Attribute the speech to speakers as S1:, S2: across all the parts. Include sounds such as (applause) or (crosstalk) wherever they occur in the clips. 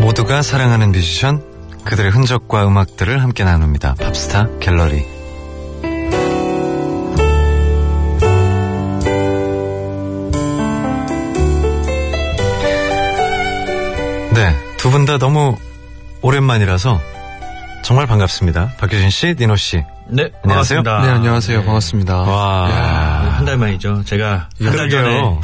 S1: 모두가 사랑하는 뮤지션 그들의 흔적과 음악들을 함께 나눕니다. 팝스타 갤러리. 네, 두 분 다 너무 오랜만이라서 정말 반갑습니다. 박효진 씨, 니노 씨.
S2: 네,
S1: 안녕하세요.
S2: 반갑습니다.
S3: 네, 안녕하세요. 예. 반갑습니다.
S1: 와.
S2: 한 달 만이죠. 제가 한 달 전에
S1: 그러게요.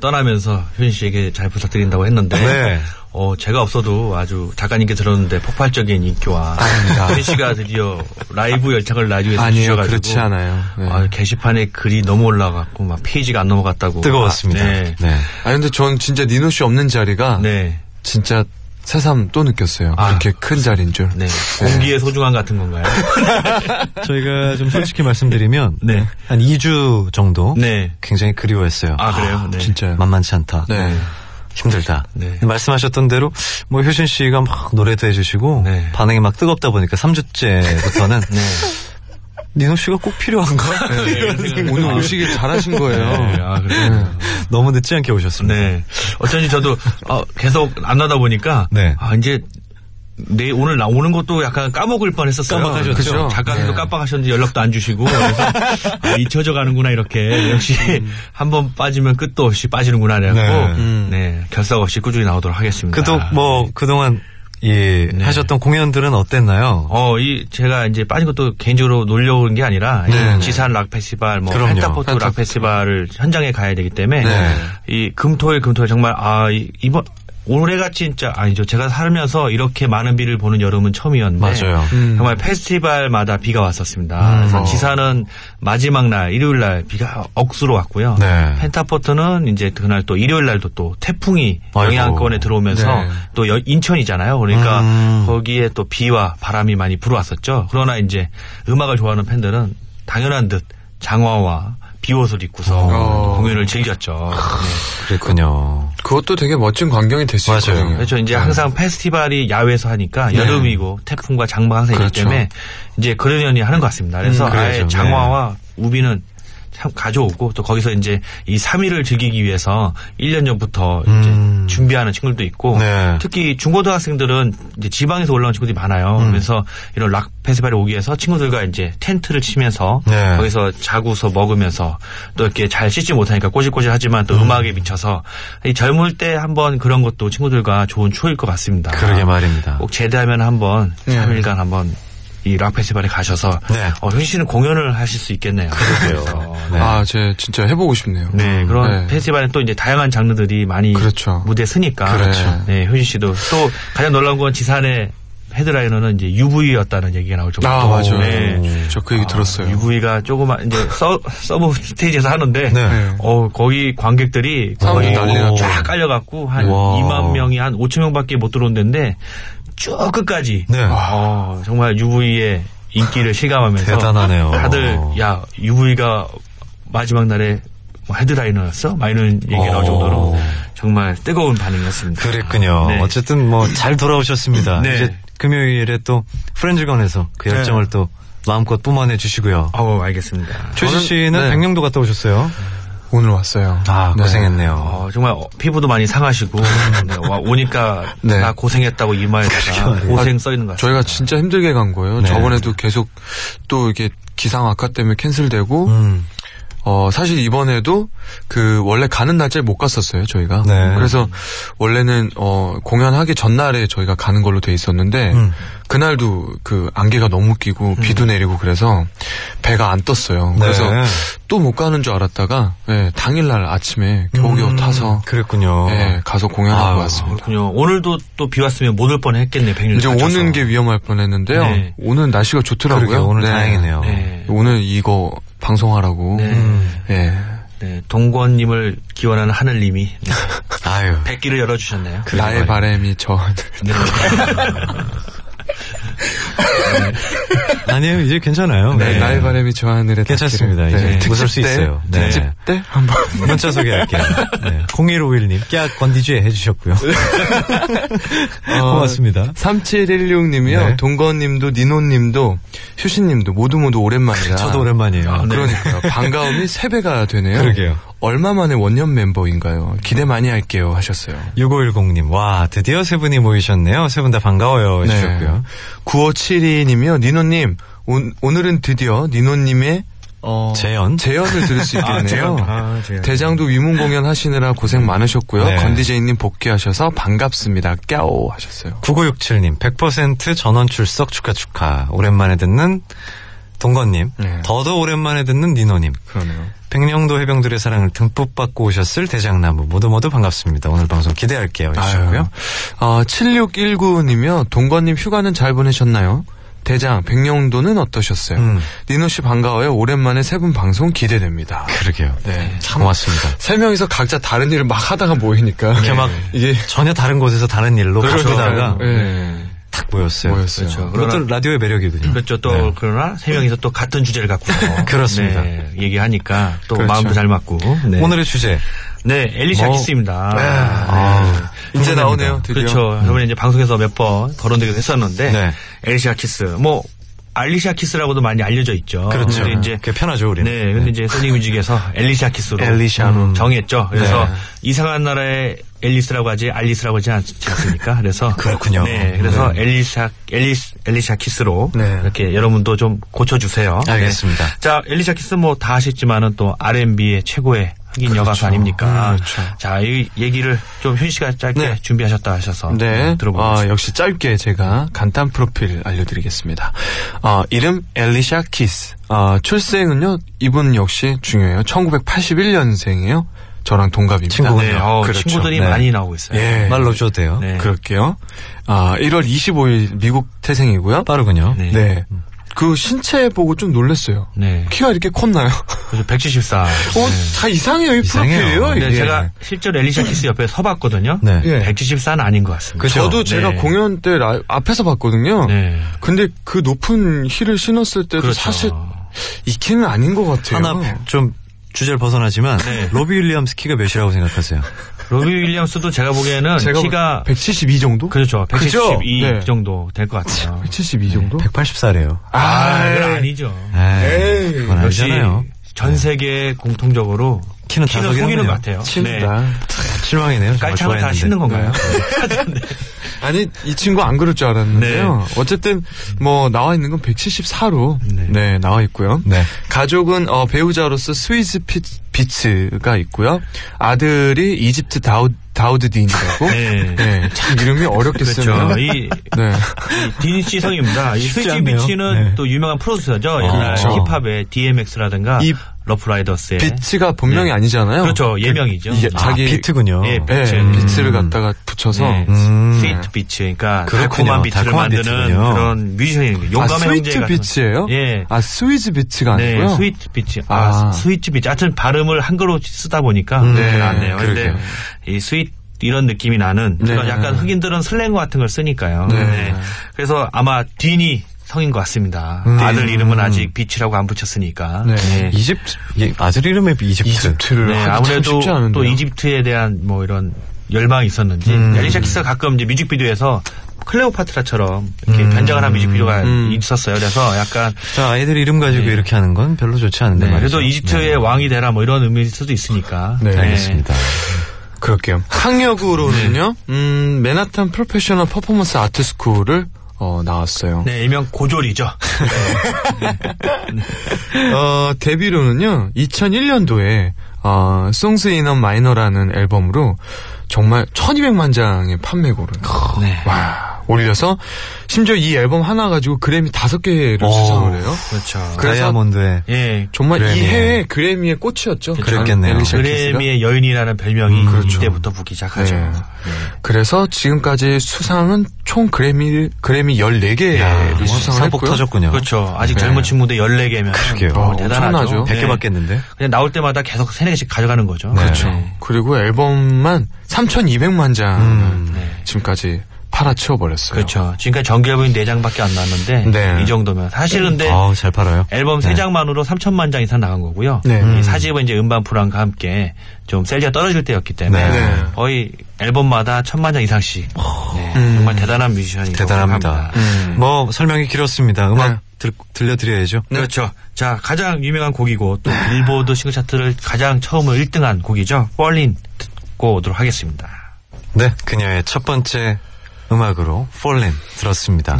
S2: 떠나면서 효진 씨에게 잘 부탁드린다고 했는데,
S1: 네.
S2: 어, 제가 없어도 아주 작가님께 들었는데 폭발적인 인기와 효진 씨가 드디어 라이브 열창을 라디오에서
S3: 아니요,
S2: 네. 주셔가지고
S3: 그렇지 않아요. 네.
S2: 아, 게시판에 글이 너무 올라갔고 막 페이지가 안 넘어갔다고
S1: 뜨거웠습니다.
S2: 아, 네.
S1: 네.
S3: 아니, 근데 전 진짜 니노 씨 없는 자리가
S2: 네.
S3: 진짜 새삼 또 느꼈어요.
S2: 아,
S3: 이렇게 큰 자리인 줄.
S2: 네. 공기의 소중함 같은 건가요?
S1: 저희가 좀 솔직히 말씀드리면
S2: 네.
S1: 한 2주 정도
S2: 네.
S1: 굉장히 그리워했어요.
S2: 아, 그래요? 네.
S3: 진짜요.
S1: 만만치 않다.
S3: 네.
S1: 힘들다.
S2: 네.
S1: 말씀하셨던 대로 뭐 효신 씨가 막 노래도 해주시고
S2: 네.
S1: 반응이 막 뜨겁다 보니까
S3: (laughs)
S1: 3주째부터는
S2: 네.
S1: 니노 씨가 꼭 필요한가? (laughs)
S2: 이런 생각이
S3: 네. 오늘
S2: 아,
S3: 오시길 잘하신 거예요.
S2: 네. 아, 그래요?
S1: 너무 늦지 않게 오셨습니다.
S2: 네. 어쩐지 저도 어, 계속 안 하다 보니까
S1: 네.
S2: 아, 이제 내 오늘 나오는 것도 약간 까먹을 뻔했었어요.
S1: 깜빡하셨죠?
S2: 그죠? 작가님도
S3: 네.
S2: 깜빡하셨는지 연락도 안
S1: (laughs)
S2: 주시고 그래서 아, 잊혀져 가는구나 이렇게 역시 한 번 빠지면 끝도 없이 빠지는구나 그래갖고
S1: 음. 네.
S2: 네. 결석 없이 꾸준히 나오도록 하겠습니다.
S1: 그도
S3: 아.
S1: 뭐 그동안 예,
S2: 네.
S1: 하셨던 공연들은 어땠나요?
S2: 어, 이, 제가 이제 빠진 것도 개인적으로 놀려온 게 아니라, 이 지산 락 페스티벌, 뭐,
S1: 네, 그럼요. 네.
S2: 펜타포트 락 페스티벌을 현장에 가야 되기 때문에, 이 금토일, 금토일 정말, 아, 이, 이번, 올해가 진짜 아니죠. 제가 살면서 이렇게 많은 비를 보는 여름은 처음이었는데,
S1: 맞아요. 음. 어.
S2: 정말 페스티벌마다 비가 왔었습니다. 그래서 지산은 마지막 날, 일요일 날 비가 억수로 왔고요.
S1: 네.
S2: 펜타포트는 이제 그날 또 일요일 날도 또 태풍이
S1: 아이고.
S2: 영향권에 들어오면서
S3: 네.
S2: 또 여- 인천이잖아요. 그러니까
S1: 음.
S2: 거기에 또 비와 바람이 많이 불어왔었죠. 그러나 이제 음악을 좋아하는 팬들은 당연한 듯 장화와 비옷을 입고서
S3: 어.
S2: 공연을 즐겼죠.
S1: 그랬군요.
S3: 그것도 되게 멋진 광경이 됐을
S1: 맞아요. 네.
S3: 거예요.
S2: 네. 그렇죠. 이제 항상 페스티벌이 야외에서 하니까 여름이고 태풍과 장마가 항상 있기
S3: 그렇죠.
S2: 때문에 이제 그러려니 하는 것 같습니다. 그래서
S1: 음, 그래야죠. 네.
S2: 아예 장화와 우비는 참 가져오고 또 거기서 이제 이 3일을 즐기기 위해서 1년 전부터 이제
S1: 음.
S2: 준비하는 친구들도 있고
S1: 네.
S2: 특히 중고등학생들은 이제 지방에서 올라온 친구들이 많아요. 그래서 이런 락 페스티벌에 오기 위해서 친구들과 이제 텐트를 치면서
S1: 네.
S2: 거기서 자고서 먹으면서 또 이렇게 잘 씻지 못하니까 꼬질꼬질하지만 또 음. 악에 미쳐서 이 젊을 때 한번 그런 것도 친구들과 좋은 추억일 것 같습니다.
S1: 그러게 말입니다.
S3: 어,
S2: 꼭 제대하면 한번 3일간 한번 이 락 페스티벌에 가셔서
S1: 네.
S2: 어, 효진 씨는 공연을 하실 수 있겠네요. 그래서
S1: 네.
S3: 아, 제 진짜 해보고 싶네요.
S2: 네, 그런
S3: 네.
S2: 페스티벌엔 또 이제 다양한 장르들이 많이
S3: 그렇죠.
S2: 무대에 서니까.
S3: 그렇죠.
S2: 네, 효진 씨도 또 가장 놀라운 건 지산의 헤드라이너는 이제 UV였다는 얘기가 나올 정도로.
S3: 아, 맞아요.
S2: 네.
S3: 저 그 얘기 들었어요.
S2: UV가 조그만 이제 서, 서브 (laughs) 스테이지에서 하는데
S1: 네.
S2: 어 거기 관객들이
S3: 사람들이
S2: 거의
S3: 난리 났죠.
S2: 쫙 깔려갖고 한
S1: 와.
S2: 2만 명이 한 5천 명밖에 못 들어온데인데 쭉 끝까지
S1: 네.
S2: 어, 정말 UV의 인기를 실감하면서
S1: 대단하네요.
S2: 다들 야 UV가 마지막 날에 뭐 헤드라이너였어? 막 이런 얘기 나올
S1: 오.
S2: 정도로 정말 뜨거운 반응이었습니다.
S1: 그랬군요.
S2: 네.
S1: 어쨌든 뭐 잘 돌아오셨습니다.
S2: 네.
S1: 이제 금요일에 또 프렌즈건에서
S3: 네.
S1: 그 열정을 또 마음껏 뿜어내 주시고요.
S2: 어 알겠습니다.
S1: 최지
S3: 저는-
S1: 씨는
S3: 네.
S1: 백령도 갔다 오셨어요.
S3: 오늘 왔어요.
S1: 아
S3: 네.
S1: 고생했네요.
S2: 어, 정말 어, 피부도 많이 상하시고
S1: 음.
S2: 네, 와, 오니까
S3: 네.
S2: 나 고생했다고 이마에다가 고생 써 있는 것 같아요.
S3: 저희가 진짜 힘들게 간 거예요.
S1: 네.
S3: 저번에도 계속 또 이게 기상 악화 때문에 캔슬되고,
S1: 음.
S3: 어, 사실 이번에도 그 원래 가는 날짜에 못 갔었어요, 저희가.
S1: 네.
S3: 그래서 원래는 어, 공연하기 전날에 저희가 가는 걸로 돼 있었는데
S1: 음.
S3: 그날도 그 안개가 너무 끼고 비도 내리고 그래서 배가 안 떴어요. 그래서
S1: 네.
S3: 또 못 가는 줄 알았다가 예, 당일날 아침에 겨우겨우
S1: 음,
S3: 타서
S1: 그랬군요.
S3: 예, 가서 공연하고
S1: 아유.
S3: 왔습니다.
S2: 그렇군요. 오늘도 또 비 왔으면 못 올 뻔했겠네. 백일
S3: 이제 오는 게 위험할 뻔했는데요.
S2: 네.
S3: 오늘 날씨가 좋더라고요.
S1: 그러게요. 오늘
S3: 네.
S1: 다행이네요.
S2: 네.
S3: 오늘 이거 방송하라고
S2: 네.
S1: 음.
S3: 예,
S2: 네, 동권님을 기원하는 하늘님이 네,
S1: 아유. (laughs)
S2: 그 백기를 열어주셨네요.
S3: 나의 바램이 저
S2: 네.
S1: 아니에요, 이제 괜찮아요.
S3: 네, 나의 바람이 저 하늘에
S1: 괜찮습니다.
S3: 닿기를. 네.
S1: 이제
S3: 특집
S1: 웃을 수
S3: 때,
S1: 있어요. 네.
S3: 특집 때 한번
S1: (laughs) 문자 소개할게요. 네. 0151님, 깍 건디지에 해주셨고요. (laughs)
S3: 네.
S1: 고맙습니다.
S3: 3716님이요.
S1: 네.
S3: 동건님도 니노님도 휴신님도 모두 모두 오랜만이라.
S1: 저도 오랜만이에요.
S2: 아, 네.
S3: 그러니까요. 반가움이 세 배가
S1: (laughs)
S3: 되네요.
S1: 그러게요.
S3: 얼마 만에 원년 멤버인가요? 기대 많이 할게요 하셨어요.
S1: 6510님, 와, 드디어 세 분이 모이셨네요. 세 분 다 반가워요. 해주셨고요.
S3: 9572님이요. 네. 니노님 오, 오늘은 드디어 니노님의 어,
S1: 재연?
S3: 재연을
S1: (laughs)
S3: 들을 수
S2: 아,
S3: 있겠네요.
S2: 재연. 아, 재연.
S3: 대장도 위문 공연 하시느라 고생 많으셨고요.
S1: 네.
S3: 건디제이님 복귀하셔서 반갑습니다. 깨오 하셨어요.
S1: 9967님, 100% 전원 출석 축하 축하. 오랜만에 듣는 동건님,
S3: 네.
S1: 더더 오랜만에 듣는 니노님,
S3: 그러네요.
S1: 백령도 해병들의 사랑을 듬뿍 받고 오셨을 대장나무 모두 모두 반갑습니다. 오늘 방송 기대할게요.
S3: 아유.
S1: 해주셨고요.
S3: 아, 7619님이요. 동건님 휴가는 잘 보내셨나요? 대장, 백령도는 어떠셨어요?
S1: 음.
S3: 니노씨 반가워요. 오랜만에 세 분 방송 기대됩니다.
S1: 그러게요.
S3: 네.
S1: 참 고맙습니다.
S3: 세 명이서 각자 다른 일을 막 하다가 모이니까. 네.
S1: 이렇게 막
S3: 이게.
S1: 전혀 다른 곳에서 다른 일로 바쁘다가
S3: 네.
S1: 탁 모였어요.
S3: 모였어요.
S1: 그것도 라디오의 매력이거든요.
S2: 그렇죠. 또 그러나 세 명이서 또 같은 주제를 갖고 (laughs)
S1: 그렇습니다.
S2: 네, 얘기하니까 또
S3: 그렇죠.
S2: 마음도 잘 맞고. 네.
S1: 오늘의 주제.
S2: 네 엘리샤
S1: 뭐-
S2: 키스입니다.
S1: 네.
S2: 아, 네.
S3: 이제
S1: 궁금합니다.
S3: 나오네요. 드디어.
S2: 그렇죠. 저번에 이제 방송에서 몇 번 거론되기도 했었는데
S1: 네.
S2: 엘리샤 키스 뭐 알리샤 키스라고도 많이 알려져 있죠.
S1: 그렇죠.
S2: 근데 이제
S1: 그게 편하죠, 우리는.
S2: 네, 근데 이제 소닉뮤직에서 엘리샤 키스로
S1: 엘리샤로.
S2: 음, 정했죠.
S1: 네.
S2: 그래서 이상한 나라의 앨리스라고 하지 알리스라고 하지 않- 않지 않습니까? 그래서
S1: (laughs) 그렇군요.
S2: 네, 그래서 엘리샤 엘리스 엘리샤 키스로
S1: 네.
S2: 이렇게 여러분도 좀 고쳐주세요.
S1: 알겠습니다.
S2: 네. 자, 엘리샤 키스 뭐 다 아시지만은 또 R&B의 최고의 흑인
S1: 그렇죠.
S2: 여가수
S1: 음,
S2: 아닙니까? 자, 이 얘기를 좀 휴 씨가 짧게
S3: 네.
S2: 준비하셨다 하셔서
S3: 네.
S2: 들어보겠습니다.
S3: 아, 역시 짧게 제가 간단 프로필 알려드리겠습니다. 아, 이름 엘리샤 키스. 아, 출생은요, 이분 역시 중요해요. 1981년생이에요. 저랑 동갑입니다.
S1: 친구군요.
S2: 네, 어,
S1: 그렇죠.
S2: 친구들이
S1: 네.
S2: 많이 나오고 있어요.
S3: 예.
S1: 말로 줘도 돼요.
S2: 네.
S3: 그럴게요. 아, 1월 25일 미국 태생이고요.
S1: 빠르군요.
S2: 네.
S3: 네. 그 신체 보고 좀 놀랐어요.
S2: 네.
S3: 키가 이렇게 컸나요?
S2: 그래서 네. 174.
S3: 어, 다 이상해요, 이
S1: 이상해요.
S3: 프로필이요.
S2: 네,
S3: 이게.
S2: 제가 실제로 엘리샤 키스 옆에 서봤거든요.
S1: 예. 네.
S3: 예.
S2: 174는 아닌 것 같습니다.
S1: 그죠?
S3: 저도 제가
S2: 네.
S3: 공연 때 라- 앞에서 봤거든요.
S2: 네.
S3: 근데 그 높은 힐을 신었을 때도
S2: 그렇죠.
S3: 사실 이 키는 아닌 것 같아요.
S1: 하나 좀 주제를 벗어나지만
S2: 네.
S1: 로비 윌리엄스 키가 몇이라고 생각하세요?
S2: 로비 윌리엄스도 제가 보기에는
S3: (laughs) 제가
S2: 키가
S3: 172 정도?
S2: 그렇죠. 172
S3: 그죠? 네.
S2: 정도 될 것 같아요.
S3: 172 정도?
S1: 180살이에요. 네.
S2: 아, 네.
S3: 아,
S2: 그건
S3: 에이.
S2: 아니죠.
S1: 에이, 그건
S2: 역시
S1: 아니잖아요. 네.
S2: 전 세계 공통적으로
S1: 키는 다
S2: 키는
S1: 속이는군요.
S2: 속이는 것 같아요.
S3: 친다.
S1: 실망이네요. 정말
S2: 깔창을 다
S1: 좋아했는데.
S2: 씻는 건가요?
S3: 아니 이 친구 안 그럴 줄 알았는데요. 어쨌든 뭐 나와 있는 건 174로
S2: 네.
S3: 네, 나와 있고요.
S2: (laughs)
S1: 네.
S3: 가족은 어, 배우자로서 스위스 피- 비츠가 있고요. 아들이 이집트 다우, 다우드 딘이라고.
S2: (laughs) 네.
S3: 네. 참 이름이 어렵게 쓰네요.
S2: 그렇죠. 이
S3: 네.
S2: 디니씨 성입니다. 이
S1: 쉽지
S2: 스위치
S1: 않네요.
S2: 비치는
S1: 네.
S2: 또 유명한 프로듀서죠. 옛날
S1: 그렇죠.
S2: 힙합의 DMX라든가
S3: 이
S2: 러프라이더스의
S3: 비츠가 본명이
S2: 네.
S3: 아니잖아요.
S2: 그렇죠. 예명이죠.
S3: 이게
S1: 아,
S3: 자기
S1: 비트군요.
S2: 예,
S3: 네,
S2: 비츠.
S3: 비츠를 갖다가 붙여서
S2: 네.
S1: 음.
S2: 스위트 비치 그러니까
S1: 그렇군요.
S2: 달콤한 비트를
S1: 달콤한
S2: 만드는
S1: 비트군요.
S2: 그런 뮤지션입니다.
S3: 아,
S2: 용감의 형제
S3: 스위트
S2: 같은.
S3: 비츠예요?
S2: 예.
S3: 아, 스위즈 비츠가
S2: 네,
S3: 아니고요.
S2: 스위트 비치. 아,
S3: 아.
S2: 스위트 비치. 하여튼 발음을 한글로 쓰다 보니까
S3: 네,
S2: 잘 안 돼요. 근데
S3: 그러게요.
S2: 이 스위트 이런 느낌이 나는
S3: 네.
S2: 그런 약간 흑인들은 슬랭 같은 걸 쓰니까요.
S3: 네.
S2: 네. 그래서 아마 딘이 성인 것 같습니다. 아들 이름은 아직 비치라고 안 붙였으니까.
S3: 음. 네.
S1: 이집트 예, 아들 이름에 이집트.
S3: 이집트를
S2: 네,
S3: 하기 참
S2: 아무래도
S3: 쉽지 않은데.
S2: 또 이집트에 대한 뭐 이런 열망이 있었는지
S3: 음.
S2: 엘리샤 키스가 가끔 이제 뮤직비디오에서 클레오파트라처럼 이렇게
S3: 음.
S2: 변장을 한 뮤직비디오가 있었어요. 그래서 약간
S1: 자 아이들 이름 가지고 이렇게 하는 건 별로 좋지 않은데
S2: 네,
S1: 말이죠.
S2: 그래도 이집트의 왕이 되라 뭐 이런 의미일 수도 있으니까.
S3: 네,
S1: 네. 알겠습니다.
S3: 그럴게요. 학력으로는요, 음, 맨하탄 프로페셔널 퍼포먼스 아트 스쿨을 어, 나왔어요.
S2: 네, 일명 고졸이죠.
S3: 어, 데뷔로는요, 2001년도에 어, Songs in a Minor라는 앨범으로 정말 1200만 장의 판매고를
S2: 네.
S3: 어, 와, 올려서 심지어 이 앨범 하나 가지고 그래미 다섯 개를 수상을 해요.
S2: 그렇죠.
S3: 그래서-
S1: 다이아몬드의
S2: 예.
S3: 정말
S1: 어. 그래미.
S3: 이 해외 그래미의 꽃이었죠. 그렇죠.
S1: 그랬겠네요.
S3: 엘리샤 키스가.
S2: 그래미의 여인이라는 별명이
S3: 그렇죠.
S2: 이때부터 붙기 시작하죠.
S3: 네. 그래서 지금까지 수상은 총 그래미 그래미 14개를 수상을
S1: 상복
S3: 했고요.
S1: 터졌군요.
S2: 그렇죠. 아직 젊은 친구들 14개면.
S1: 그러게요.
S2: 뭐
S1: 어,
S2: 대단하죠.
S3: 네. 엄청나죠.
S2: 네.
S1: 100개 받겠는데.
S2: 그냥 나올 때마다 계속 3, 4개씩 가져가는 거죠.
S1: 네.
S2: 그렇죠.
S3: 그리고 앨범만 3,200만 장
S1: 음.
S3: 지금까지 팔아치워버렸어요.
S2: 그렇죠. 지금까지 정규 앨범이 4장밖에 안 나왔는데
S3: 네.
S2: 이 정도면 사실 근데
S1: 아우, 잘 팔아요.
S2: 앨범
S1: 네.
S2: 3장만으로 3천만 장 이상 나간 거고요.
S3: 네.
S2: 이 사집은 이제 음반 불황과 함께 좀 셀리가 떨어질 때였기 때문에
S1: 네. 어.
S3: 네.
S2: 거의 앨범마다 천만 장 이상씩 네, 정말 대단한 뮤지션이라고
S1: 음. 대단합니다.
S2: 생각합니다.
S1: 뭐 설명이 길었습니다. 음악
S3: 네.
S1: 들, 들려드려야죠.
S2: 그렇죠. 자, 가장 유명한 곡이고 또 빌보드 싱글 차트를 가장 처음으로 1등한 곡이죠. 펄린 듣고 오도록 하겠습니다.
S1: 네, 그녀의 첫 번째 음악으로 Fallen 들었습니다.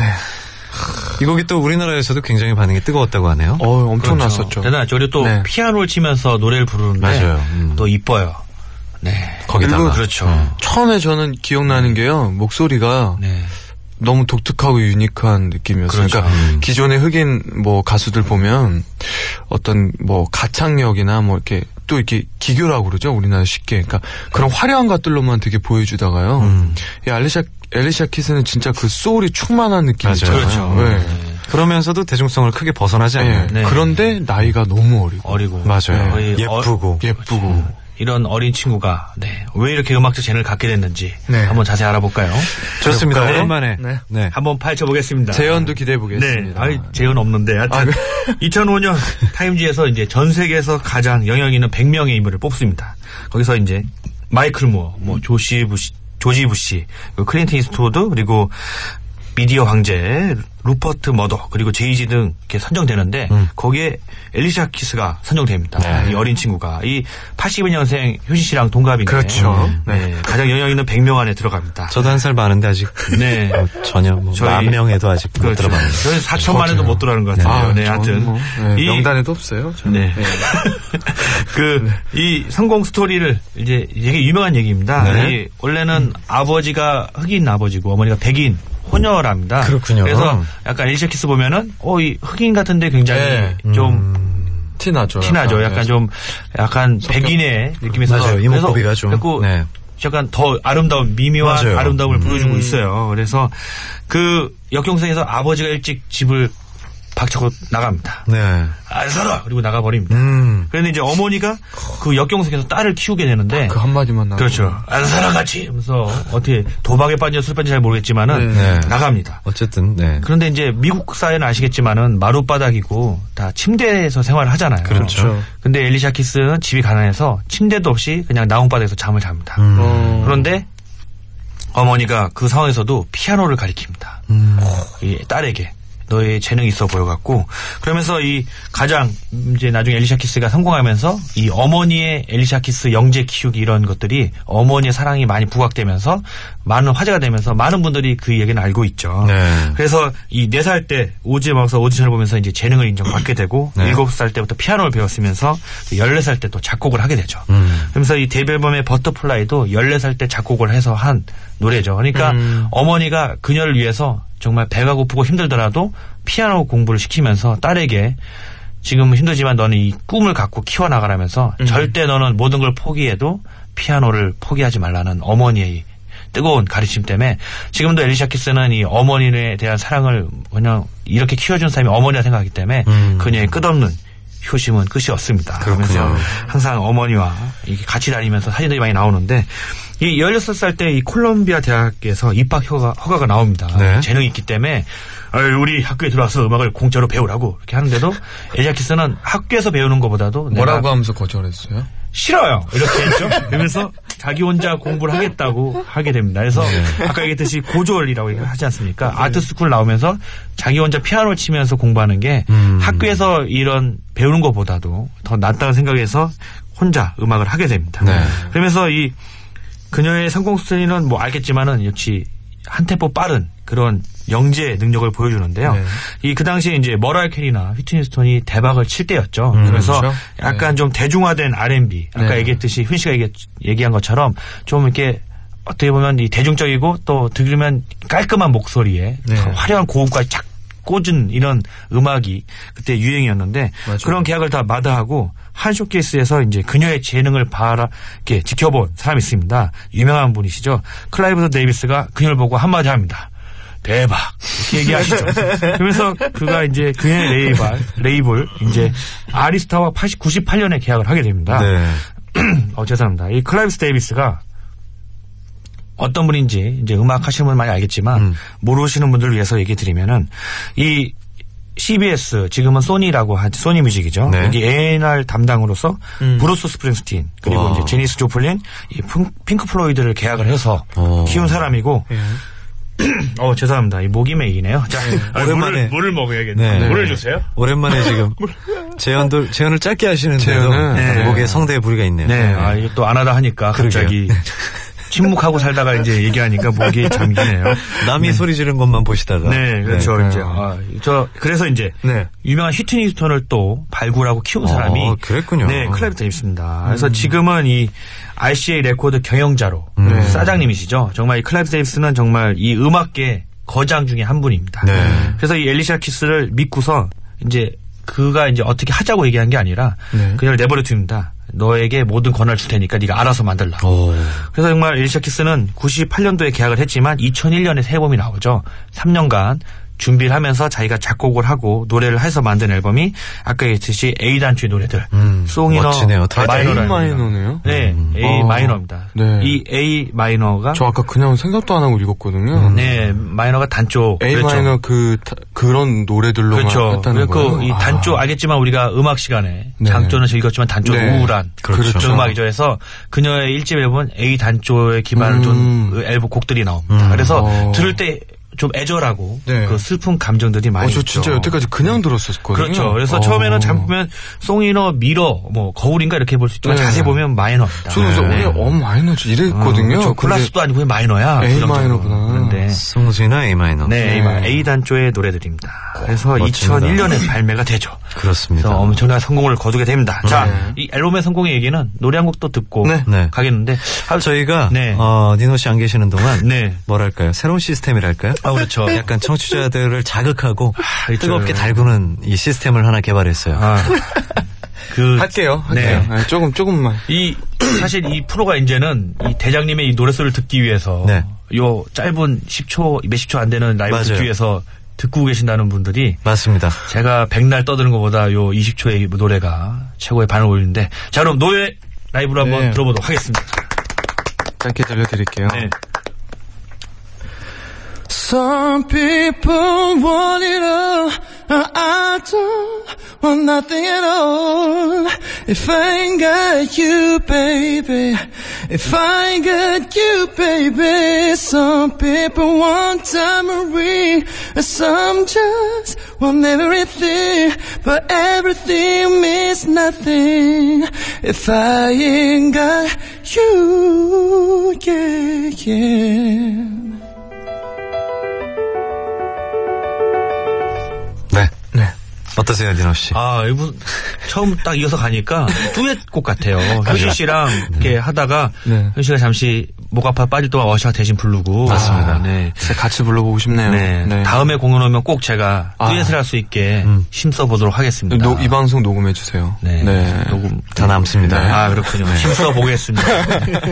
S1: 이 곡이 또 우리나라에서도 굉장히 반응이 뜨거웠다고 하네요.
S3: 어,
S1: 그렇죠.
S3: 엄청났었죠.
S2: 그렇죠. 대단하죠. 그리고 또
S3: 네.
S2: 피아노를 치면서 노래를 부르는데
S1: 맞아요. 음.
S2: 또 이뻐요. 네.
S1: 거기다가.
S2: 그렇죠.
S3: 처음에 저는 기억나는 게요, 목소리가
S2: 네.
S3: 너무 독특하고 유니크한 느낌이었어요.
S2: 그렇죠.
S3: 그러니까 기존의 흑인 뭐 가수들 보면 어떤 뭐 가창력이나 뭐 이렇게 또 이렇게 기교라고 그러죠. 우리나라 쉽게. 그러니까 그런 화려한 것들로만 되게 보여주다가요.
S2: 음.
S3: 이 알리샤 엘리샤 키스는 진짜 그 소울이 충만한 느낌이
S1: 맞아요.
S3: 있잖아요.
S2: 그렇죠.
S3: 네.
S1: 그러면서도 대중성을 크게 벗어나지 않아요.
S3: 예.
S2: 네.
S3: 그런데 나이가 너무 어리고
S2: 어리고.
S1: 맞아요.
S2: 거의 어-
S1: 예쁘고.
S3: 예쁘고
S2: 그렇죠. 이런 어린 친구가 네. 왜 이렇게 음악적 재능을 갖게 됐는지
S3: 네.
S2: 한번 자세히 알아볼까요?
S1: 좋습니다.
S2: 그럴까요?
S1: 오랜만에.
S3: 네.
S1: 네.
S2: 한번 파헤쳐 보겠습니다.
S3: 재현도 기대해
S2: 네,
S3: 보겠습니다.
S2: 아니, 재현 없는데. 하여튼
S3: 아, 네. (laughs)
S2: 2005년 타임지에서 이제 전 세계에서 가장 영향 있는 100명의 인물을 뽑습니다. 거기서 이제 마이클 무어,
S3: 음.
S2: 뭐 조시 부시, 조지 부시, 그 클린트 이스트우드 그리고 미디어 황제 루퍼트 머더 그리고 제이지 등 이렇게 선정되는데
S3: 음.
S2: 거기에 엘리샤 키스가 선정됩니다.
S3: 네.
S2: 이 어린 친구가 이 82년생 효진 씨랑 동갑인데
S3: 그렇죠.
S2: 네, 가장 영향 있는 100명 안에 들어갑니다.
S1: 저도 한 살 많은데 아직
S2: 네.
S1: 뭐 전혀 뭐
S2: 저희-
S1: 만 명에도 아직 못
S2: 그렇죠.
S1: 들어봤네요.
S2: 저는 4천만 에도 못 들어가는 것 같아요.
S3: 아,
S2: 네,
S3: 저는
S2: 하여튼.
S3: 뭐, 네,
S2: 이-
S3: 명단에도 없어요. 저는.
S2: 네. (laughs) 그, 이 성공 스토리를 이제 되게 유명한 얘기입니다.
S1: 네.
S2: 이 원래는 아버지가 흑인 아버지고 어머니가 백인 혼혈합니다.
S1: 그렇군요.
S2: 그래서 약간 엘리샤 키스 보면은, 어, 이 흑인 같은데 굉장히
S3: 네.
S1: 음,
S2: 좀
S3: 티나죠.
S2: 티나죠. 약간
S3: 네.
S2: 좀 약간 백인의 느낌이 사서
S1: 맞아요. 이목구비가 좀,
S2: 그래갖고
S1: 네.
S2: 약간 더 아름다운 미묘한
S1: 맞아요. 음.
S2: 아름다움을 보여주고 있어요. 그래서 그 역경생에서 아버지가 일찍 집을 박차고 나갑니다.
S1: 네.
S2: 안 살아 그리고 나가버립니다.
S1: 음.
S2: 그런데 이제 어머니가 그 역경생에서 딸을 키우게 되는데
S3: 그 한마디만 나.
S2: 그렇죠. 안 살아 같이 하면서 어떻게 도박에 빠져 술 빠진지 잘 모르겠지만은
S1: 네.
S2: 나갑니다.
S1: 어쨌든 네.
S2: 그런데 이제 미국 사회는 아시겠지만은 마룻바닥이고 다 침대에서 생활을 하잖아요.
S1: 그렇죠.
S2: 근데 엘리샤 키스는 집이 가난해서 침대도 없이 그냥 나무바닥에서 잠을 잡니다.
S1: 음.
S2: 그런데 어머니가 그 상황에서도 피아노를 가리킵니다.
S1: 음.
S2: 이 딸에게 너의 재능이 있어 보여갖고 그러면서 이 가장 이제 나중에 엘리샤 키스가 성공하면서 이 어머니의 엘리샤 키스 영재 키우기 이런 것들이 어머니의 사랑이 많이 부각되면서 많은 화제가 되면서 많은 분들이 그 얘기는 알고 있죠.
S1: 네.
S2: 그래서 이 네 살 때 오지의 마법사 오디션을 보면서 이제 재능을 인정받게 되고
S1: 네.
S2: 일곱 살 때부터 피아노를 배웠으면서 열네 살 때 또 작곡을 하게 되죠.
S1: 음.
S2: 그러면서 이 데뷔 앨범의 버터플라이도 14살 때 작곡을 해서 한 노래죠. 그러니까 어머니가 그녀를 위해서 정말 배가 고프고 힘들더라도 피아노 공부를 시키면서 딸에게 지금 힘들지만 너는 이 꿈을 갖고 키워나가라면서 절대 너는 모든 걸 포기해도 피아노를 포기하지 말라는 어머니의 이 뜨거운 가르침 때문에 지금도 엘리샤 키스는 이 어머니에 대한 사랑을 그냥 이렇게 키워준 사람이 어머니라 생각하기 때문에
S1: 음.
S2: 그녀의 끝없는 효심은 끝이 없습니다. 그러면서 항상 어머니와 이렇게 같이 다니면서 사진들이 많이 나오는데 이 16살 때 이 콜롬비아 대학에서 입학 허가, 허가가 나옵니다.
S1: 네.
S2: 재능이 있기 때문에 어, 우리 학교에 들어와서 음악을 공짜로 배우라고 이렇게
S3: (laughs)
S2: 하는데도 엘리아키스는 학교에서 배우는 것보다도 내가
S3: 뭐라고 하면서 거절했어요?
S2: 싫어요. 이렇게 했죠. (laughs) 그러면서 자기 혼자 공부를 하겠다고 하게 됩니다. 그래서 아까 얘기했듯이 고졸이라고 얘기를 하지 않습니까? 아트스쿨 나오면서 자기 혼자 피아노 치면서 공부하는 게
S1: 음.
S2: 학교에서 이런 배우는 것보다도 더 낫다는 생각에서 혼자 음악을 하게 됩니다.
S1: 네.
S2: 그러면서 이 그녀의 성공 스토리는 뭐 알겠지만은 역시 한 템포 빠른 그런 영재 능력을 보여주는데요.
S3: 네.
S2: 이 그 당시에 이제 머랄 캐리나 휘트니스톤이 대박을 칠 때였죠. 음, 그래서
S3: 그렇죠.
S2: 약간 좀 대중화된 R&B 아까
S3: 네.
S2: 얘기했듯이 휘 씨가 얘기, 한 것처럼 좀 이렇게 어떻게 보면 이 대중적이고 또 들으면 깔끔한 목소리에 그
S3: 네.
S2: 화려한 고음까지 착 꽂은 이런 음악이 그때 유행이었는데
S3: 맞아요.
S2: 그런 계약을 다 마다하고 한 쇼케이스에서 이제 그녀의 재능을 봐라 이렇게 지켜본 사람이 있습니다. 유명한 분이시죠. 클라이브 데이비스가 그녀를 보고 한마디 합니다. 대박 이렇게 얘기하시죠. 그러면서 그가 이제 그녀의 레이벌 레이블 이제 아리스타와 80, 98년에 계약을 하게 됩니다.
S1: 네.
S2: 어 죄송합니다. 이 클라이브스 데이비스가 어떤 분인지 이제 음악 하시는 분 많이 알겠지만
S1: 음.
S2: 모르시는 분들 을 위해서 얘기 드리면은 이 CBS 지금은 소니라고 하 소니 뮤직이죠.
S1: 네.
S2: 여기 A&R 담당으로서
S3: 음.
S2: 브루스 스프린스틴 그리고
S1: 와.
S2: 이제 제니스 조플린, 이 핑- 핑크 플로이드를 계약을 해서
S1: 어.
S2: 키운 사람이고 (clears throat) 어 죄송합니다. 이 목이 메이네요. 자, 아,
S1: 예. 오랜만에.
S2: 물을, 물을 먹어야겠네.
S1: 네.
S2: 물을 주세요.
S1: 오랜만에
S2: (laughs)
S1: 지금 재현도 재현을 짧게 하시는데도
S3: 재현은, 네.
S1: 목에 성대에 무리가 있네요.
S2: 네, 아, 이거 또 안 하다 하니까 (laughs) 갑자기 침묵하고 살다가 이제 얘기하니까 목이 잠기네요.
S1: 남이 소리 지른 것만 보시다가
S2: 네, 그렇죠. 이제 아, 저 그래서 이제
S1: 네.
S2: 유명한 휘트니 휴스턴을 또 발굴하고 키운
S1: 어,
S2: 사람이
S1: 그랬군요. 음.
S2: 네, 클라이브턴 입스입니다. 그래서 지금은 이 RCA 레코드 경영자로
S1: 네.
S2: 사장님이시죠. 정말 이 클라이브턴 입스는 정말 이 음악계 거장 중에 한 분입니다.
S1: 네.
S2: 그래서 이 엘리샤 키스를 믿고서 이제 그가 이제 어떻게 하자고 얘기한 게 아니라
S1: 네.
S2: 그냥 내버려 둡니다. 너에게 모든 권한을 줄 테니까 네가 알아서 만들라.
S1: 오.
S2: 그래서 정말 엘리샤 키스는 98년도에 계약을 했지만 2001년에 새 앨범이 나오죠. 3년간 준비를 하면서 자기가 작곡을 하고 노래를 해서 만든 앨범이 아까 얘기했듯이 A 단추의 노래들.
S1: 음,
S2: 송이너
S1: 멋지네요. 음.
S2: 아, 마이너라는
S3: A 마이너네요.
S2: 네, A
S3: 어.
S2: 마이너입니다.
S3: 네.
S2: 이 A 마이너가
S3: 저 아까 그냥 생각도 안 하고 읽었거든요.
S2: 네, 마이너가 그렇죠. 단조
S3: A
S2: 그랬죠.
S3: 마이너 그 타- 그런 노래들로만
S2: 그렇죠.
S3: 했다는 거예요.
S2: 그이
S3: 아.
S2: 단조 알겠지만 우리가 음악 시간에
S3: 네.
S2: 장조는 즐겼지만 단조
S3: 네.
S2: 는 우울한
S1: 그렇죠.
S2: 그런 음악이죠. 그래서 그녀의 일집 앨범 A 단조에 기반을
S3: 음.
S2: 둔그 앨범 곡들이 나옵니다. 그래서
S3: 어.
S2: 들을 때 좀 애절하고
S3: 네.
S2: 그 슬픈 감정들이
S3: 어,
S2: 많이
S3: 저
S2: 있죠.
S3: 진짜 여태까지 그냥 들었었거든요.
S2: 그렇죠. 그래서
S3: 어.
S2: 처음에는 잠 보면 송이너 미러 뭐 거울인가 이렇게 볼 수 있지만
S3: 네.
S2: 자세히 보면 마이너입니다.
S3: 저는 그래서
S2: 네.
S3: 왜어 마이너지 이랬거든요.
S2: 그렇죠.
S3: 근데
S2: 클라스도 아니고 그냥 마이너야.
S3: A
S2: 부정적으로.
S3: 마이너구나.
S2: 그런데
S1: 송진아 A 마이너.
S2: 네,
S3: 네.
S2: A 단조의 노래들입니다. 그래서
S1: 멋집니다.
S2: 2001년에 발매가 되죠.
S1: 그렇습니다.
S2: 그래서 엄청난 성공을 거두게 됩니다. 자, 이 앨범의 성공의 얘기는 노래 한 곡도 듣고
S3: 네.
S1: 네.
S2: 가겠는데,
S1: 아, 저희가
S2: 네.
S1: 어, 니노 씨 안 계시는 동안
S2: 네.
S1: 뭐랄까요 새로운 시스템이랄까요?
S2: 아, 그렇죠.
S1: 약간 청취자들을 자극하고
S2: 이
S1: 뜨겁게
S2: 저는-
S1: 달구는 이 시스템을 하나 개발했어요.
S2: 아, 그
S3: 할게요.
S2: 네.
S3: 할게요. 아, 조금 조금만.
S2: 이 사실 이 프로가 이제는 이 대장님의 이 노래소리를 듣기 위해서
S1: 네.
S2: 요 짧은 10초 몇십 초 안 되는 라이브
S1: 맞아요.
S2: 듣기 위해서 듣고 계신다는 분들이
S1: 맞습니다.
S2: 제가 백날 떠드는 것보다 요 20초의 노래가 최고의 반을 올리는데 자 그럼 노래 라이브로 한번
S3: 네.
S2: 들어보도록 하겠습니다.
S3: 짧게 들려드릴게요.
S2: 네.
S3: Some people want it all. I don't want nothing at all. If I ain't got you, baby. If I ain't got you, baby. Some people want diamond Some just want everything. But everything means nothing. If I ain't got you, yeah, yeah.
S1: 네. 어떠세요, 니노 씨?
S2: 아, 이분 처음 딱 이어서 가니까 듀엣곡
S3: (laughs)
S2: 같아요. 효신 씨랑 이렇게 하다가
S3: 네.
S2: 효신 씨가 잠시 목 아파 빠질 동안 워시가 대신 부르고
S1: 맞습니다.
S2: 아, 네.
S3: 진짜 같이 불러보고 싶네요.
S2: 네. 다음에 공연 오면 꼭 제가
S3: 아.
S2: 듀엣을 할 수 있게
S1: 음.
S2: 힘써 보도록 하겠습니다.
S3: 노- 이 방송 녹음해 주세요.
S2: 아. 네. 녹음
S1: 다
S3: 네.
S1: 남습니다.
S2: 아, 그렇군요. 힘써
S3: (laughs)
S2: 보겠습니다.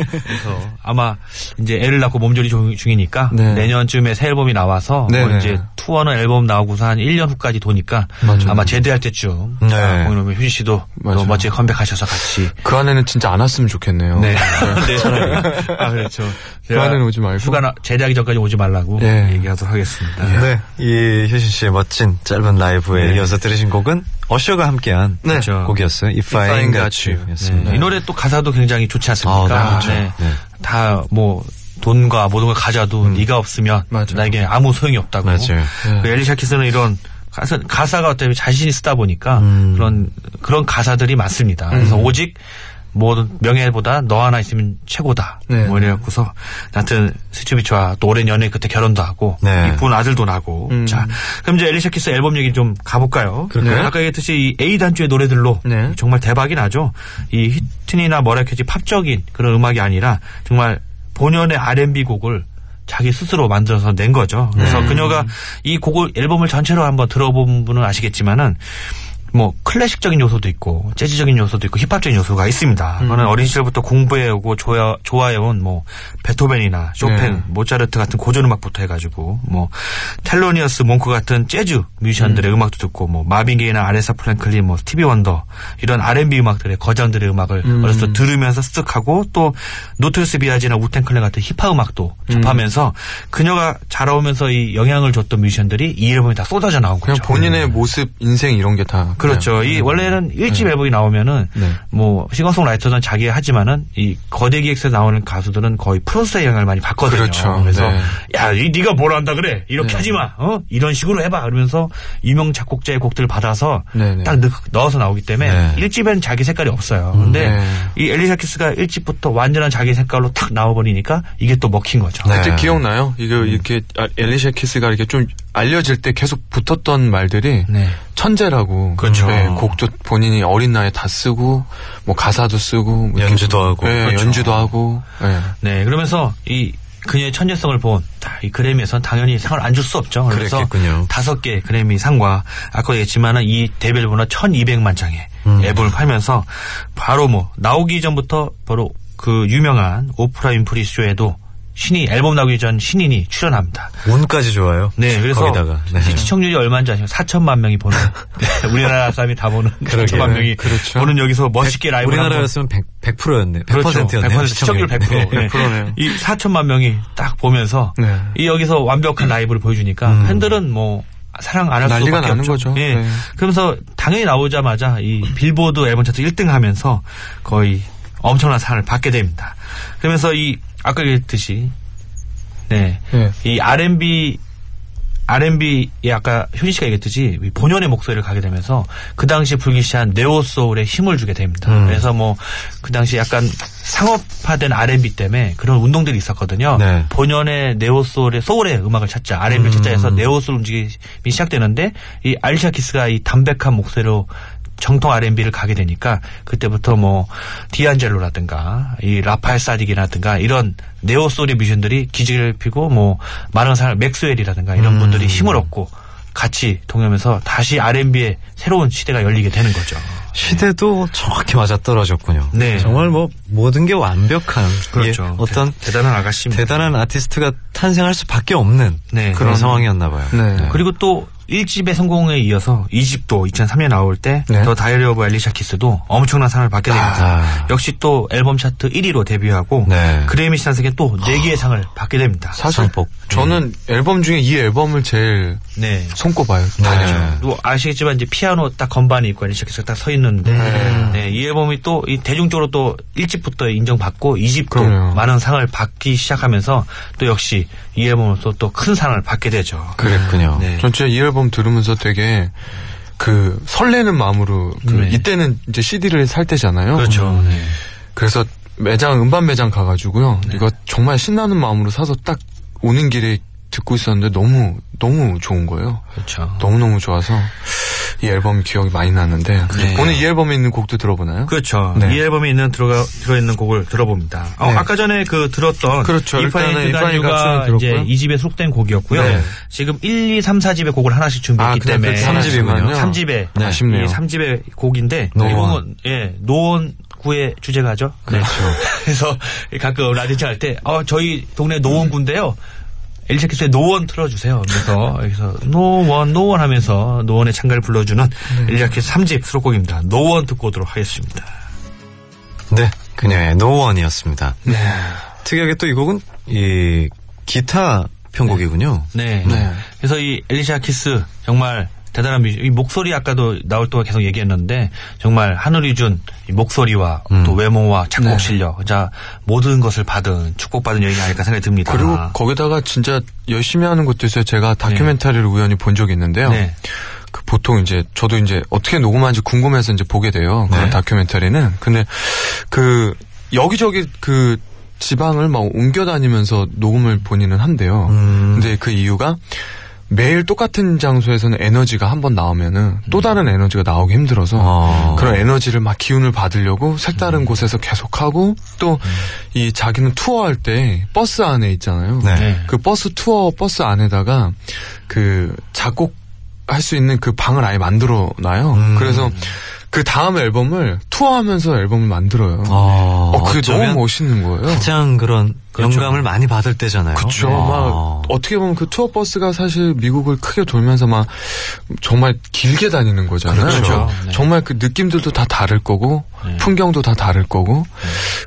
S2: 그래서 아마 이제 애를 낳고 몸조리 중- 중이니까
S3: 네.
S2: 내년쯤에 새 앨범이 나와서
S3: 네,
S2: 뭐
S3: 네.
S2: 이제 투어는 앨범 나오고서 한 1년 후까지 도니까
S3: 맞아요.
S2: 아마 제대할 때쯤
S1: 네.
S2: 아, 공연 오면 휴진 씨도
S3: 맞아요.
S2: 또 멋지게 컴백하셔서
S3: (laughs)
S2: 같이
S3: 그 안에는 진짜 안 왔으면 좋겠네요.
S2: 네. 네. 아, 그렇죠. 제가
S3: 안에는 오지 말고.
S2: 휴가 나- 제대하기 전까지 오지 말라고
S3: 네.
S2: 얘기하도록 하겠습니다.
S1: 네. 이 효신 씨의 멋진 짧은 라이브에
S2: 네.
S1: 이어서 들으신 곡은 어셔가 함께한
S2: 그렇죠.
S1: 곡이었어요. If, I ain't got you. 였습니다.
S2: 네. 이 노래 또 가사도 굉장히 좋지
S1: 아,
S2: 않습니까?
S1: 그렇죠. 네.
S2: 다 뭐 돈과 모든 걸 가져도 네가 없으면
S3: 음. 맞아요.
S2: 나에게 아무 소용이 없다고.
S1: 맞아요.
S2: 그 엘리샤 키스는 이런 가사, 가사가 어차피 자신이 쓰다 보니까 그런 그런 가사들이 많습니다. 그래서 오직 뭐 명예보다 너 하나 있으면 최고다.
S3: 네.
S2: 뭐 이래갖고서 하여튼 스튜비츠와 또 오랜 연애 그때 결혼도 하고
S1: 네.
S2: 이쁜 아들도 나고. 자 그럼 이제 엘리샤 키스 앨범 얘기 좀 가볼까요? 네.
S1: 그럴까요?
S2: 아까 얘기했듯이 이 A 단주의 노래들로
S3: 네.
S2: 정말 대박이 나죠. 이 히트니나 머라켓이 팝적인 그런 음악이 아니라 정말 본연의 R&B 곡을 자기 스스로 만들어서 낸 거죠. 그래서 그녀가 이 곡을 앨범을 전체로 한번 들어본 분은 아시겠지만은 뭐 클래식적인 요소도 있고 재즈적인 요소도 있고 힙합적인 요소가 있습니다.
S3: 음.
S2: 그거는 어린 시절부터 공부해오고 좋아, 좋아해온 뭐 베토벤이나 쇼팽,
S3: 네.
S2: 모차르트 같은 고전 음악부터 해가지고 뭐 텔로니어스 몽크 같은 재즈 뮤지션들의 음. 악도 듣고 뭐 마빈 게이나 아레사 프랭클린, 뭐 스티비 원더 이런 R&B 음악들의 거장들의 음악을 어렸을 때 들으면서 습득하고 또 노트리스 비아지나 우텐클레 같은 힙합 음악도 접하면서 그녀가 자라오면서 이 영향을 줬던 뮤지션들이 이 앨범에 다 쏟아져 나온
S3: 그냥
S2: 거죠.
S3: 본인의 모습, 인생 이런 게 다.
S2: 그렇죠. 이 원래는 일집 앨범이 나오면은
S3: 네.
S2: 뭐 싱어송라이터는 자기 하지만은 이 거대 기획사 나오는 가수들은 거의 프로세의 영향을 많이 받거든요.
S3: 그렇죠.
S2: 래서
S3: 네.
S2: 야, 이 네가 뭘 한다 그래. 이렇게 하지 마. 어? 이런 식으로 해 봐. 그러면서 유명 작곡자의 곡들을 받아서
S3: 네, 네.
S2: 딱 넣, 넣어서 나오기 때문에
S1: 네.
S2: 일집에는 자기 색깔이 없어요. 근데
S3: 네.
S2: 이 엘리샤키스가 일집부터 완전한 자기 색깔로 탁 나와 버리니까 이게 또 먹힌 거죠.
S1: 네.
S3: 그때 기억나요? 이거 이렇게 아, 엘리샤 키스가 이렇게 좀 알려질 때 계속 붙었던 말들이
S2: 네.
S3: 천재라고. 네,
S2: 그렇죠.
S3: 곡도 본인이 어린 나이에 다 쓰고 뭐 가사도 쓰고 뭐 이렇게-
S1: 연주도 하고.
S3: 네,
S1: 그렇죠.
S3: 연주도 하고. 네.
S2: 네, 그러면서 이 그녀의 천재성을 본 아, 이 그래미에선 당연히 상을 안 줄 수 없죠. 그래서
S1: 그랬겠군요.
S2: 다섯 개 그래미 상과 아까 얘기했지만은 이 데뷔 앨범은 1,200만 장의
S1: 음.
S2: 앨범을 팔면서 바로 뭐 나오기 전부터 바로 그 유명한 오프라 윈프리 쇼에도 신이 앨범 나오기 전 신인이 출연합니다.
S1: 운까지 좋아요.
S2: 네, 그래서
S1: 거기다가 네.
S2: 시- 시청률이 얼마인지 아시면 4천만
S1: (laughs)
S2: 명이 보는 우리나라 사람이 다 보는 4천만 명이
S3: 그렇죠.
S2: 보는 여기서 멋있게 라이브
S1: 우리나라였으면 100, 100%였네.
S2: 그렇죠.
S1: 100%였네요.
S2: 100% 시청률 100%. 네.
S3: 100%네요.
S2: 이 4천만 명이 딱 보면서
S3: 네. 음.
S2: 이 여기서 완벽한 라이브를 보여주니까 팬들은 뭐 사랑 안 할 수밖에
S3: 난리가
S2: 없죠.
S3: 나는 거죠.
S2: 예.
S3: 네.
S2: 그러면서 당연히 나오자마자 이 빌보드 앨범 차트 1등 하면서 거의 엄청난 상을 받게 됩니다. 그러면서 이 아까 얘기했듯이 네.
S3: 네.
S2: 이 R&B R&B에 아까 효진 씨가 얘기했듯이 이 본연의 목소리를 가게 되면서 그 당시 불기시한 네오 소울에 힘을 주게 됩니다. 그래서 뭐 그 당시 약간 상업화된 R&B 때문에 그런 운동들이 있었거든요.
S1: 네.
S2: 본연의 네오 소울의 소울의 음악을 찾자 R&B를 찾자 해서 네오 소울 움직임이 시작되는데 이 알샤 키스가 이 담백한 목소리로 정통 R&B를 가게 되니까 그때부터 뭐 디안젤로라든가 이 라파엘 사딕이라든가 이런 네오 소울의 뮤지션들이 기지개를 피고 뭐 많은 사람 맥스웰이라든가 이런 분들이 힘을 얻고 같이 동요하면서 다시 R&B의 새로운 시대가 열리게 되는 거죠.
S1: 시대도 정확히 맞아떨어졌군요.
S2: 네.
S1: 정말 뭐 모든 게 완벽한 예,
S2: 그렇죠.
S1: 어떤
S2: 대, 단한 아가씨입니다.
S1: 대단한 아티스트가 탄생할 수밖에 없는
S2: 네.
S1: 그런
S2: 그런-
S1: 상황이었나 봐요.
S3: 네.
S2: 그리고 또 1집의 성공에 이어서 2집도 2003년에 나올 때
S3: 네.
S2: 더 다이어리 오브 엘리샤 키스도 엄청난 상을 받게 됩니다.
S1: 아.
S2: 역시 또 앨범 차트 1위로 데뷔하고
S1: 네. 아.
S2: 그래미 시상식에 또 4개의 상을 받게 됩니다.
S3: 사실
S1: 상복.
S3: 저는 앨범 중에 이 앨범을 제일
S2: 네.
S3: 손꼽아요. 예.
S1: 네.
S2: 또뭐 아시겠지만 이제 피아노 딱 건반이 있고 엘리샤 키스가 딱 서 있는데 네, 이 앨범이 또 이 대중적으로 또 1집부터 인정받고 2집도
S3: 그럼요.
S2: 많은 상을 받기 시작하면서 또 역시 이 앨범은 또큰 상을 받게 되죠.
S1: 그랬군요.
S2: 네.
S3: 전 진짜 이 앨범 들으면서 되게 그 설레는 마음으로 그
S2: 네.
S3: 이때는 이제 CD를 살 때잖아요.
S2: 그렇죠. 네.
S3: 그래서 매장 음반 매장 가가지고요. 이거 정말 신나는 마음으로 사서 딱 오는 길에 듣고 있었는데 너무 너무 좋은 거예요.
S2: 그렇죠.
S3: 너무 너무 좋아서 이 앨범 기억이 많이 나는데
S2: 그래요.
S3: 오늘 이 앨범에 있는 곡도 들어보나요?
S2: 그렇죠.
S3: 네.
S2: 이 앨범에 있는 들어가 들어있는 곡을 들어봅니다. 어,
S3: 네.
S2: 아까 전에 그 들었던
S3: 그렇죠. 일단은
S2: 이파인트가
S3: 이파인
S2: 유가
S3: 각주는
S2: 이제
S3: 들었고요.
S2: 이 집에 속된 곡이었고요.
S3: 네.
S2: 지금 1, 2, 3, 4집의 곡을 하나씩 준비했기
S3: 아, 그냥
S2: 때문에
S3: 그 삼집이군요.
S2: 3집의
S3: 네. 아쉽네요.
S2: 3집의 곡인데
S1: 노원.
S2: 이곡은 예, 노원 구의 주제가죠. 그렇죠. (laughs) 그래서 가끔 라디오 할 때 어, 저희 동네 노원구인데요. 엘리샤키스의 노원 틀어주세요. 그래서 여기서 노원 노원 하면서 노원의 창가를 불러주는 엘리샤키스 3집 수록곡입니다. 노원 듣고 오도록 하겠습니다.
S1: 네, 그녀의 노원이었습니다.
S3: 네.
S1: 특이하게 또 이 곡은 이 기타 편곡이군요.
S2: 네.
S3: 네.
S2: 그래서 이 엘리샤 키스 정말 대단한 뮤지. 이 목소리 아까도 나올 동안 계속 얘기했는데 정말 하늘이 준이 목소리와
S3: 음.
S2: 또 외모와
S3: 네.
S2: 작곡 실력, 자 모든 것을 받은 축복받은 여인이 아닐까 생각이 듭니다.
S3: 그리고 거기다가 진짜 열심히 하는 것도 있어요. 제가 다큐멘터리를 우연히 본 적이 있는데요.
S2: 네.
S3: 그 보통 이제 저도 이제 어떻게 녹음하는지 궁금해서 이제 보게 돼요. 그런 다큐멘터리는. 근데 그 여기저기 그 지방을 막 옮겨 다니면서 녹음을 본인은 한대요. 근데 그 이유가 매일 똑같은 장소에서는 에너지가 한 번 나오면은
S1: 음.
S3: 또 다른 에너지가 나오기 힘들어서
S1: 어.
S3: 그런 에너지를 막 기운을 받으려고
S1: 음.
S3: 색다른 곳에서 계속 하고 또 이 자기는 투어할 때 버스 안에 있잖아요.
S1: 네.
S2: 네.
S3: 그 버스 투어 버스 안에다가 그 작곡 할 수 있는 그 방을 아예 만들어 놔요.
S1: 음.
S3: 그래서 그 다음 앨범을 투어하면서 앨범을 만들어요.
S1: 어,
S3: 어, 그게
S1: 어쩌면
S3: 너무 멋있는 거예요.
S1: 가장 그런
S2: 그렇죠.
S1: 영감을 많이 받을 때잖아요.
S3: 그렇죠.
S1: 네.
S3: 막
S1: 아.
S3: 어떻게 보면 그 투어 버스가 사실 미국을 크게 돌면서 막 정말 길게 다니는 거잖아요.
S2: 그렇죠. 네.
S3: 정말 그 느낌들도 다 다를 거고
S2: 네.
S3: 풍경도 다 다를 거고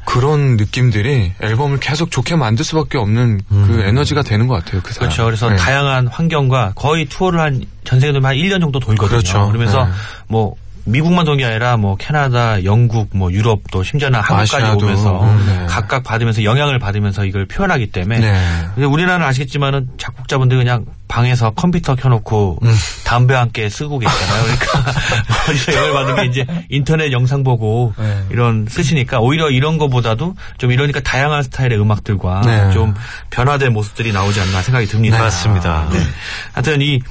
S3: 그런 느낌들이 앨범을 계속 좋게 만들 수밖에 없는 그 에너지가 되는 것 같아요. 그
S2: 음.
S3: 사람.
S2: 그렇죠. 그래서
S3: 네.
S2: 다양한 환경과 거의 투어를 한 전 세계로 한 1년 정도 돌거든요.
S3: 그렇죠.
S2: 러면서
S3: 네.
S2: 뭐 미국만 돈 게 아니라 뭐 캐나다, 영국, 뭐 유럽도 심지어는 한국까지
S3: 아시아도.
S2: 오면서
S3: 음, 네.
S2: 각각 받으면서 영향을 받으면서 이걸 표현하기 때문에
S3: 네.
S2: 근데 우리나라는 아시겠지만은 작곡자분들 그냥 방에서 컴퓨터 켜놓고
S1: 음.
S2: 담배 함께 쓰고 계시잖아요. 그러니까
S1: (laughs)
S2: (laughs) 어디서 영향을 받은 게 이제 인터넷 영상 보고
S3: 네.
S2: 이런 쓰시니까 오히려 이런 거보다도 좀 이러니까 다양한 스타일의 음악들과
S3: 네.
S2: 좀 변화된 모습들이 나오지 않나 생각이 듭니다.
S1: 네, 맞습니다.
S2: 네. 하여튼 이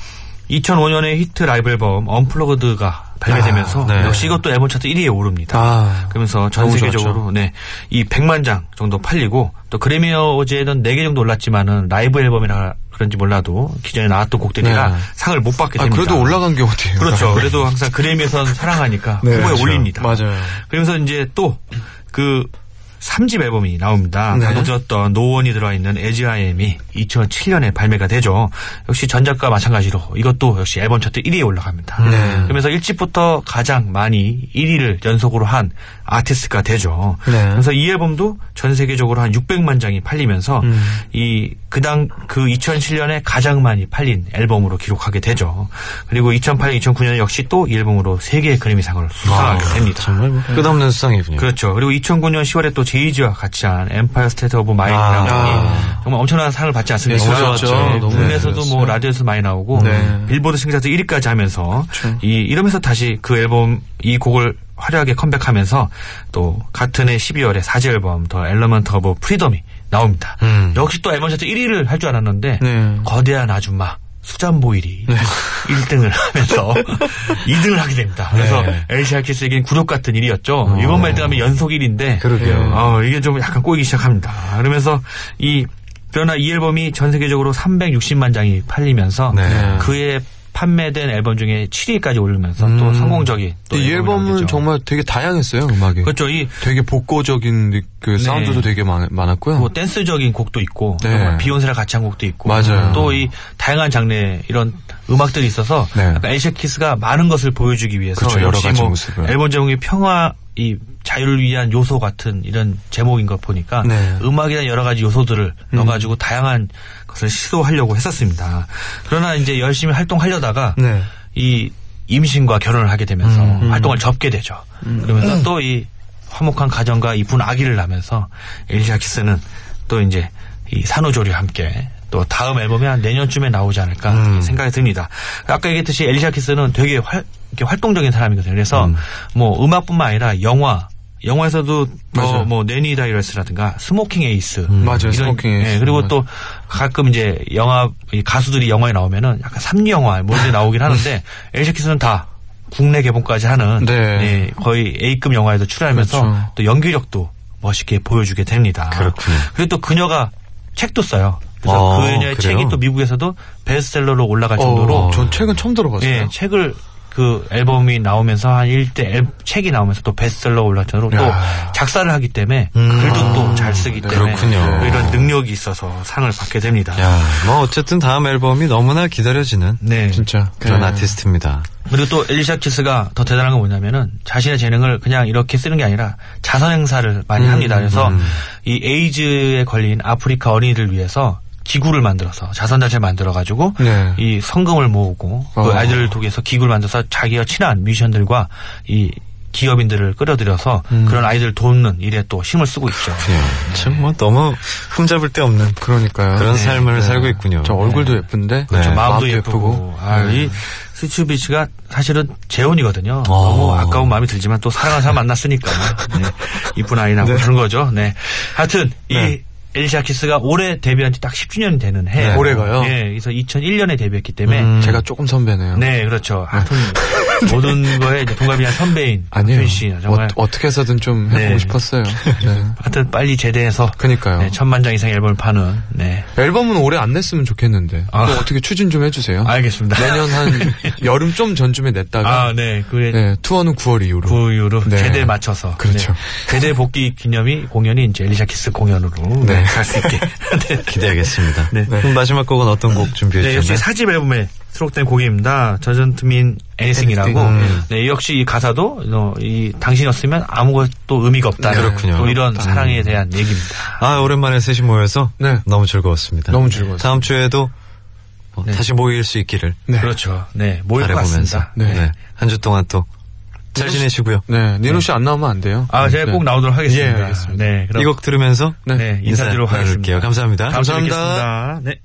S2: 2005년의 히트 라이브 앨범 언플러그드가 발매되면서
S1: 아, 네.
S2: 역시 이것도 앨범 차트 1위에 오릅니다.
S3: 아.
S2: 그러면서 전
S3: 너무
S2: 세계적으로 네, 이 100만 장 정도 팔리고 또 그래미 어제는 4개 정도 올랐지만은 라이브 앨범이라 그런지 몰라도 기존에 나왔던 곡들이라
S3: 네.
S2: 상을 못 받게
S3: 아,
S2: 됩니다.
S3: 그래도 올라간 게 어때요?
S2: 그렇죠. 그래도 항상 그래미에선 사랑하니까
S3: 네,
S2: 후보에
S3: 그렇죠.
S2: 올립니다.
S3: 맞아요.
S2: 그러면서 이제 또 그 3집 앨범이 나옵니다.
S3: 네.
S2: 방금 들었던 노원이 들어있는 에즈아이엠이 2007년에 발매가 되죠. 역시 전작과 마찬가지로 이것도 역시 앨범 차트 1위에 올라갑니다.
S3: 네.
S2: 그러면서 1집부터 가장 많이 1위를 연속으로 한 아티스트가 되죠.
S3: 네.
S2: 그래서 이 앨범도 전 세계적으로 한 600만 장이 팔리면서
S3: 음.
S2: 이 그당 그 2007년에 가장 많이 팔린 앨범으로 기록하게 되죠. 그리고 2008년, 2009년에 역시 또 이 앨범으로 세계의 그래미상을
S3: 아,
S2: 수상하게 됩니다.
S1: 아, 정말
S3: 네.
S1: 뭐 끝없는 수상이군요.
S2: 그렇죠. 그리고 2009년 10월에 또 제이지와 같이 한 엠파이어 스테이트 오브 마인이라는
S1: 아.
S2: 곡이 정말 엄청난 상을 받지 않습니까?
S3: 네, 너무 좋았죠.
S2: 네,
S3: 너무
S2: 국내에서도
S3: 잘
S2: 뭐 라디오에서 많이 나오고
S3: 네.
S2: 빌보드 싱글차트 1위까지 하면서
S3: 그렇죠.
S2: 이 이러면서 다시 그 앨범 이 곡을 화려하게 컴백하면서 또 같은 해 12월에 사제 앨범 더 엘러먼트 오브 프리덤이 나옵니다.
S1: 음.
S2: 역시 또 앨범 차트 1위를 할 줄 알았는데
S3: 네.
S2: 거대한 아줌마 수잔보일이
S1: 네.
S2: 1등을
S1: (laughs)
S2: 하면서 2등을 하게 됩니다. 그래서
S1: 네. 어.
S2: 엘시아 키스에겐 굴욕 같은 일이었죠. 이번 말 때하면 연속 일인데
S1: 그러게요.
S2: 어, 이게 좀 약간 꼬이기 시작합니다. 그러면서 이 그러나 이 앨범이 전 세계적으로 360만 장이 팔리면서
S1: 네.
S2: 그의 판매된 앨범 중에 7위까지 오르면서 또
S1: 음.
S2: 성공적인 또
S3: 이
S2: 앨범이
S3: 앨범은
S2: 나오게 되죠.
S3: 정말 되게 다양했어요, 음악이.
S2: 그렇죠. 네. 이
S3: 되게 복고적인 느- 그 사운드도 되게 많, 많았고요.
S2: 뭐 댄스적인 곡도 있고
S3: 네.
S2: 정말 비욘세랑 같이 한 곡도 있고
S3: 맞아요.
S2: 또 이 다양한 장르의 이런 음악들이 있어서
S3: 네.
S2: 약간 에이샤 키스가 많은 것을 보여주기 위해서
S3: 그쵸, 여러
S2: 역시
S3: 가지
S2: 뭐
S3: 모습을.
S2: 앨범 제목이 평화 이 자유를 위한 요소 같은 이런 제목인 것 보니까
S3: 네.
S2: 음악이나 여러 가지 요소들을 넣어가지고 다양한 것을 시도하려고 했었습니다. 그러나 이제 열심히 활동하려다가
S3: 네.
S2: 이 임신과 결혼을 하게 되면서
S3: 음,
S2: 활동을 접게 되죠. 그러면서 또 이 화목한 가정과 이쁜 아기를 낳으면서 엘리샤 키스는 또 이제 이 산후조리와 함께 또 다음 앨범이 한 내년쯤에 나오지 않을까
S3: 음.
S2: 생각이 듭니다. 아까 얘기했듯이 엘리샤 키스는 되게 활, 이렇게 활동적인 사람이거든요. 그래서
S3: 음.
S2: 뭐 음악뿐만 아니라 영화 영화에서도
S3: 맞아요. 음.
S2: 뭐뭐 네니 다이러스라든가 스모킹 에이스
S3: 맞아요, 스모킹 에이스.
S2: 예, 그리고
S3: 맞아요.
S2: 또 가끔 이제 영화 이 가수들이 영화에 나오면은 약간 삼류 영화 뭐 이런 데
S1: (laughs)
S2: 나오긴 하는데 엘시키스는 다 국내 개봉까지 하는
S3: 네.
S2: 예, 거의 A급 영화에도 출연하면서
S3: 그렇죠.
S2: 또 연기력도 멋있게 보여주게 됩니다.
S1: 그렇군요.
S2: 그리고 또 그녀가 책도 써요. 그래서
S1: 어, 그래요?
S2: 그녀의 책이 또 미국에서도 베스트셀러로 올라갈 정도로
S3: 어, 전 최근 처음 들어봤어요.
S2: 예, 책을 그 앨범이 나오면서 한 1대 앨, 책이 나오면서 또 베스트셀러 올랐죠. 또
S3: 야.
S2: 작사를 하기 때문에 글도 또 잘 쓰기 때문에
S1: 음. 그렇군요.
S2: 이런 능력이 있어서 상을 받게 됩니다.
S1: 야, 뭐 어쨌든 다음 앨범이 너무나 기다려지는
S2: 네.
S3: 진짜.
S1: 그런
S3: 네.
S1: 아티스트입니다.
S2: 그리고 또 엘리샤 키스가 더 대단한 건 뭐냐면은 자신의 재능을 그냥 이렇게 쓰는 게 아니라 자선 행사를 많이
S3: 음,
S2: 합니다. 그래서 이 에이즈에 걸린 아프리카 어린이를 위해서 기구를 만들어서 자선단체를 만들어 가지고
S3: 네.
S2: 이 성금을 모으고 그
S3: 어.
S2: 아이들을 통해서 기구를 만들어서 자기와 친한 뮤지션들과 이 기업인들을 끌어들여서
S3: 음.
S2: 그런 아이들을 돕는 일에 또 힘을 쓰고
S3: (laughs)
S2: 있죠.
S1: 예,
S3: 네.
S1: 참뭐 너무 흠잡을 데 없는
S3: 그러니까요.
S1: 그런
S3: 네.
S1: 삶을
S3: 네.
S1: 살고 있군요.
S3: 저 얼굴도 예쁜데.
S1: 그렇죠.
S2: 저
S1: 네,
S2: 마음도 예쁘고. 아, 이 스튜비치가 사실은 재혼이거든요. 너무 아까운 마음이 들지만
S3: (laughs)
S2: 또 사랑하는 사람 만났으니까. 네. 이쁜 아이 낳고 그런 거죠. 네. 하여튼 이 엘리샤 키스가 올해 데뷔한 지 딱 10주년이 되는 해.
S3: 네, 올해가요?
S2: 예, 그래서 2001년에 데뷔했기 때문에.
S1: 음.
S3: 제가 조금 선배네요.
S2: 네, 그렇죠. 하여튼
S3: (laughs)
S2: 모든 거에 이제 동갑이한 선배인
S3: 네. 아니에요.
S2: 박효신 씨. 정말.
S3: 어, 떻게 해서든 좀 해보고
S2: 네.
S3: 싶었어요.
S2: (laughs)
S3: 네.
S2: 하여튼 빨리 제대해서.
S3: 그니까요.
S2: 네, 천만 장 이상 앨범을 파는. 네.
S3: 앨범은 올해 안 냈으면 좋겠는데
S2: 아.
S3: 그거 어떻게 추진 좀 해주세요.
S2: 알겠습니다. (laughs)
S3: 내년 한 여름 좀 전쯤에 냈다가
S2: 아, 네. 그래.
S3: 네. 네, 투어는 9월 이후로.
S2: 그 이후로
S3: 네.
S2: 제대에 맞춰서
S3: 그렇죠.
S2: 네. 제대 복귀 기념이 공연이 이제 엘리샤 키스 공연으로
S3: 네.
S2: 갈 수 있게 네.
S3: (laughs)
S1: 기대하겠습니다.
S2: 네.
S1: 그럼 마지막 곡은 어떤 곡
S2: (laughs) 네,
S1: 준비해
S2: 역시
S1: 주셨나요?
S2: 사집 앨범에 수록된 곡입니다. 저전트민 애니싱이라고.
S3: Anything.
S2: 네, 역시 이 가사도 어, 이 당신이었으면 아무것도 의미가 없다.
S1: 네, 그렇군요.
S2: 또 이런 사랑에 대한 얘기입니다.
S1: 아 오랜만에 셋이 모여서
S3: 네.
S1: 너무 즐거웠습니다.
S3: 너무 즐거웠어요.
S1: 다음 주에도 뭐
S2: 네.
S1: 다시 모일 수 있기를
S3: 네.
S2: 그렇죠. 네, 모일 것
S1: 바라보면서
S2: 같습니다.
S1: 네.
S3: 네.
S1: 한 주 동안 또 잘 지내시고요.
S3: 네, 니노 씨 안 나오면 안 돼요.
S2: 아, 제가
S3: 네.
S2: 꼭 나오도록 하겠습니다.
S3: 예, 알겠습니다.
S2: 네, 그럼
S1: 이 곡 들으면서
S2: 네, 인사드리도록
S1: 인사 나눌게요.
S2: 하겠습니다.
S1: 감사합니다.
S2: 다음 주에 뵙겠습니다. 네.